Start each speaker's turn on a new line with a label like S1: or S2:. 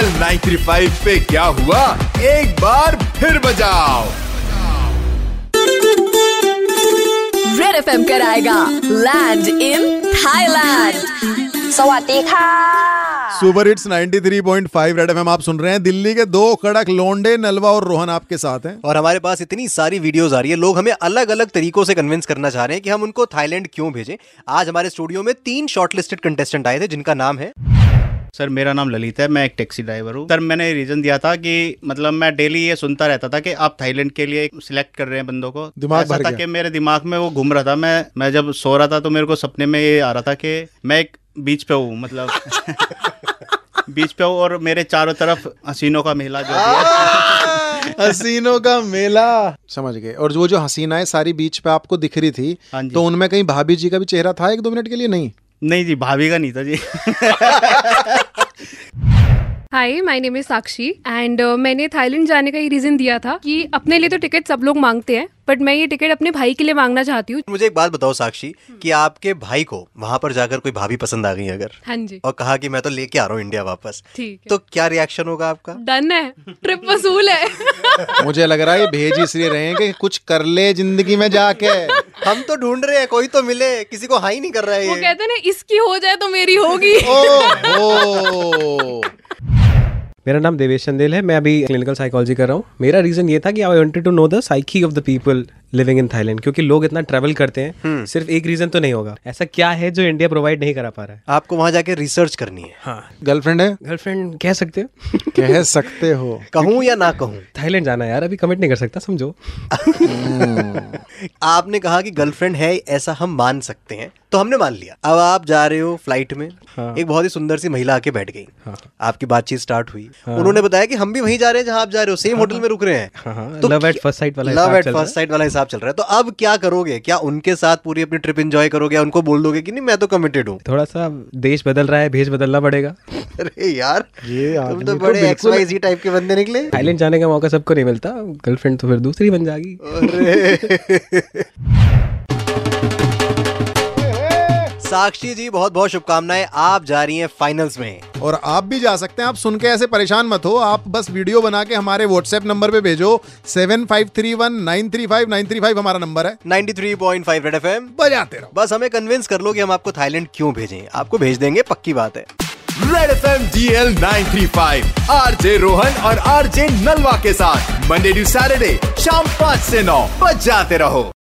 S1: 935 पे क्या हुआ एक बार फिर बजाओ
S2: रेड एफ कराएगा land in Thailand
S3: สวัสดีค่ะ
S4: super hits 93.5 red FM आप सुन रहे हैं दिल्ली के दो कड़क लोंडे नलवा और रोहन आपके साथ हैं
S5: और हमारे पास इतनी सारी वीडियोस आ रही है लोग हमें अलग अलग तरीकों से कन्विंस करना चाह रहे हैं कि हम उनको थाईलैंड क्यों भेजें आज हमारे स्टूडियो में तीन शॉर्टलिस्टेड कंटेस्टेंट आए थे जिनका नाम है
S6: सर मेरा नाम ललित है मैं एक टैक्सी ड्राइवर हूँ सर मैंने रीजन दिया था कि मतलब मैं डेली ये सुनता रहता था कि आप थाईलैंड के लिए सिलेक्ट कर रहे हैं बंदों को
S4: दिमाग
S6: ऐसा
S4: भर
S6: था
S4: गया।
S6: कि मेरे दिमाग में वो घूम रहा था मैं मैं जब सो रहा था तो मेरे को सपने में ये आ रहा था कि मैं एक बीच पे हूँ मतलब बीच पे हूँ और मेरे चारों तरफ हसीनों का मेला जो भी है
S4: हसीनों का मेला समझ गए और वो जो हसीनाएं सारी बीच पे आपको दिख रही थी
S6: हाँ जी।
S4: तो उनमें कहीं भाभी जी का भी चेहरा था एक दो मिनट के लिए नहीं
S6: नहीं जी भाभी का नहीं था जी
S7: hi my name is Sakshi and uh, मैंने थाईलैंड जाने का ये रीजन दिया था कि अपने लिए तो टिकट सब लोग मांगते हैं बट मैं ये टिकट अपने भाई के लिए मांगना चाहती हूँ
S5: मुझे एक बात बताओ साक्षी कि आपके भाई को वहां पर जाकर कोई भाभी पसंद आ गई अगर
S7: हाँ जी
S5: और कहा कि मैं तो लेके आ रहा हूँ इंडिया वापस
S7: ठीक है
S5: तो क्या रिएक्शन होगा आपका
S7: डन है ट्रिप वसूल है
S4: मुझे लग रहा है ये भेज इसलिए रहे हैं कि कुछ कर ले जिंदगी में जाके
S5: हम तो ढूंढ रहे हैं कोई तो मिले किसी को हाई नहीं कर रहा है
S7: वो
S5: ये
S7: कहते हैं ना इसकी हो जाए तो मेरी होगी
S4: ओहो
S8: मेरा नाम देवेश चंदेल है मैं अभी क्लिनिकल साइकोलॉजी कर रहा हूँ मेरा रीज़न ये था कि I wanted to know the psyche of the people living in Thailand क्योंकि लोग इतना ट्रैवल करते हैं सिर्फ एक रीज़न तो नहीं होगा ऐसा क्या है जो इंडिया प्रोवाइड नहीं करा पा रहा है
S5: आपको वहां जाके रिसर्च करनी है
S4: गर्लफ्रेंड है
S8: गर्लफ्रेंड कह सकते हो
S4: कह सकते हो
S5: कहूं या ना कहूं
S8: थाईलैंड जाना है यार अभी कमिट नहीं कर सकता समझो
S5: आपने कहा कि गर्लफ्रेंड है ऐसा हम मान सकते हैं तो हमने मान लिया अब आप जा रहे हो फ्लाइट में
S8: हाँ।
S5: एक बहुत ही सुंदर सी महिला आके बैठ गई आपकी बातचीत स्टार्ट हुई उन्होंने बताया कि हम भी वहीं जा रहे हैं जहाँ आप जा रहे हो सेम होटल में रुक रहे
S8: हाँ, हाँ,
S5: हैं तो
S8: love at first sight वाला
S5: लव
S8: हिसाब
S5: एट
S8: चल रहा है।
S5: फर्स्ट साइड वाला हिसाब चल रहा है तो अब क्या करोगे क्या उनके साथ पूरी अपनी ट्रिप एंजॉय करोगे या उनको बोल दोगे कि नहीं मैं तो कमिटेड हूँ
S8: थोड़ा सा देश बदल रहा है भेज बदलना पड़ेगा
S5: अरे यार
S4: ये
S5: तुम तो बड़े एक्स वाई जी टाइप के बंदे निकले
S8: थाईलैंड जाने का मौका सबको नहीं मिलता गर्लफ्रेंड तो फिर दूसरी बन जाएगी
S5: साक्षी जी बहुत बहुत शुभकामनाएं आप जा रही हैं फाइनल्स में
S4: और आप भी जा सकते हैं आप सुन के ऐसे परेशान मत हो आप बस वीडियो बना के हमारे व्हाट्सएप नंबर पे भेजो seven five three one nine three five nine three five हमारा नंबर है
S5: 93.5 रेड एफएम
S4: बजाते रहो
S5: बस हमें कन्विंस कर लो कि हम आपको थाईलैंड क्यों भेजें आपको भेज देंगे पक्की बात है
S1: red F M G L nine three five RJ Rohan और आरजे नलवा के साथ मंडे टू सैटरडे शाम पाँच से नौ बजाते रहो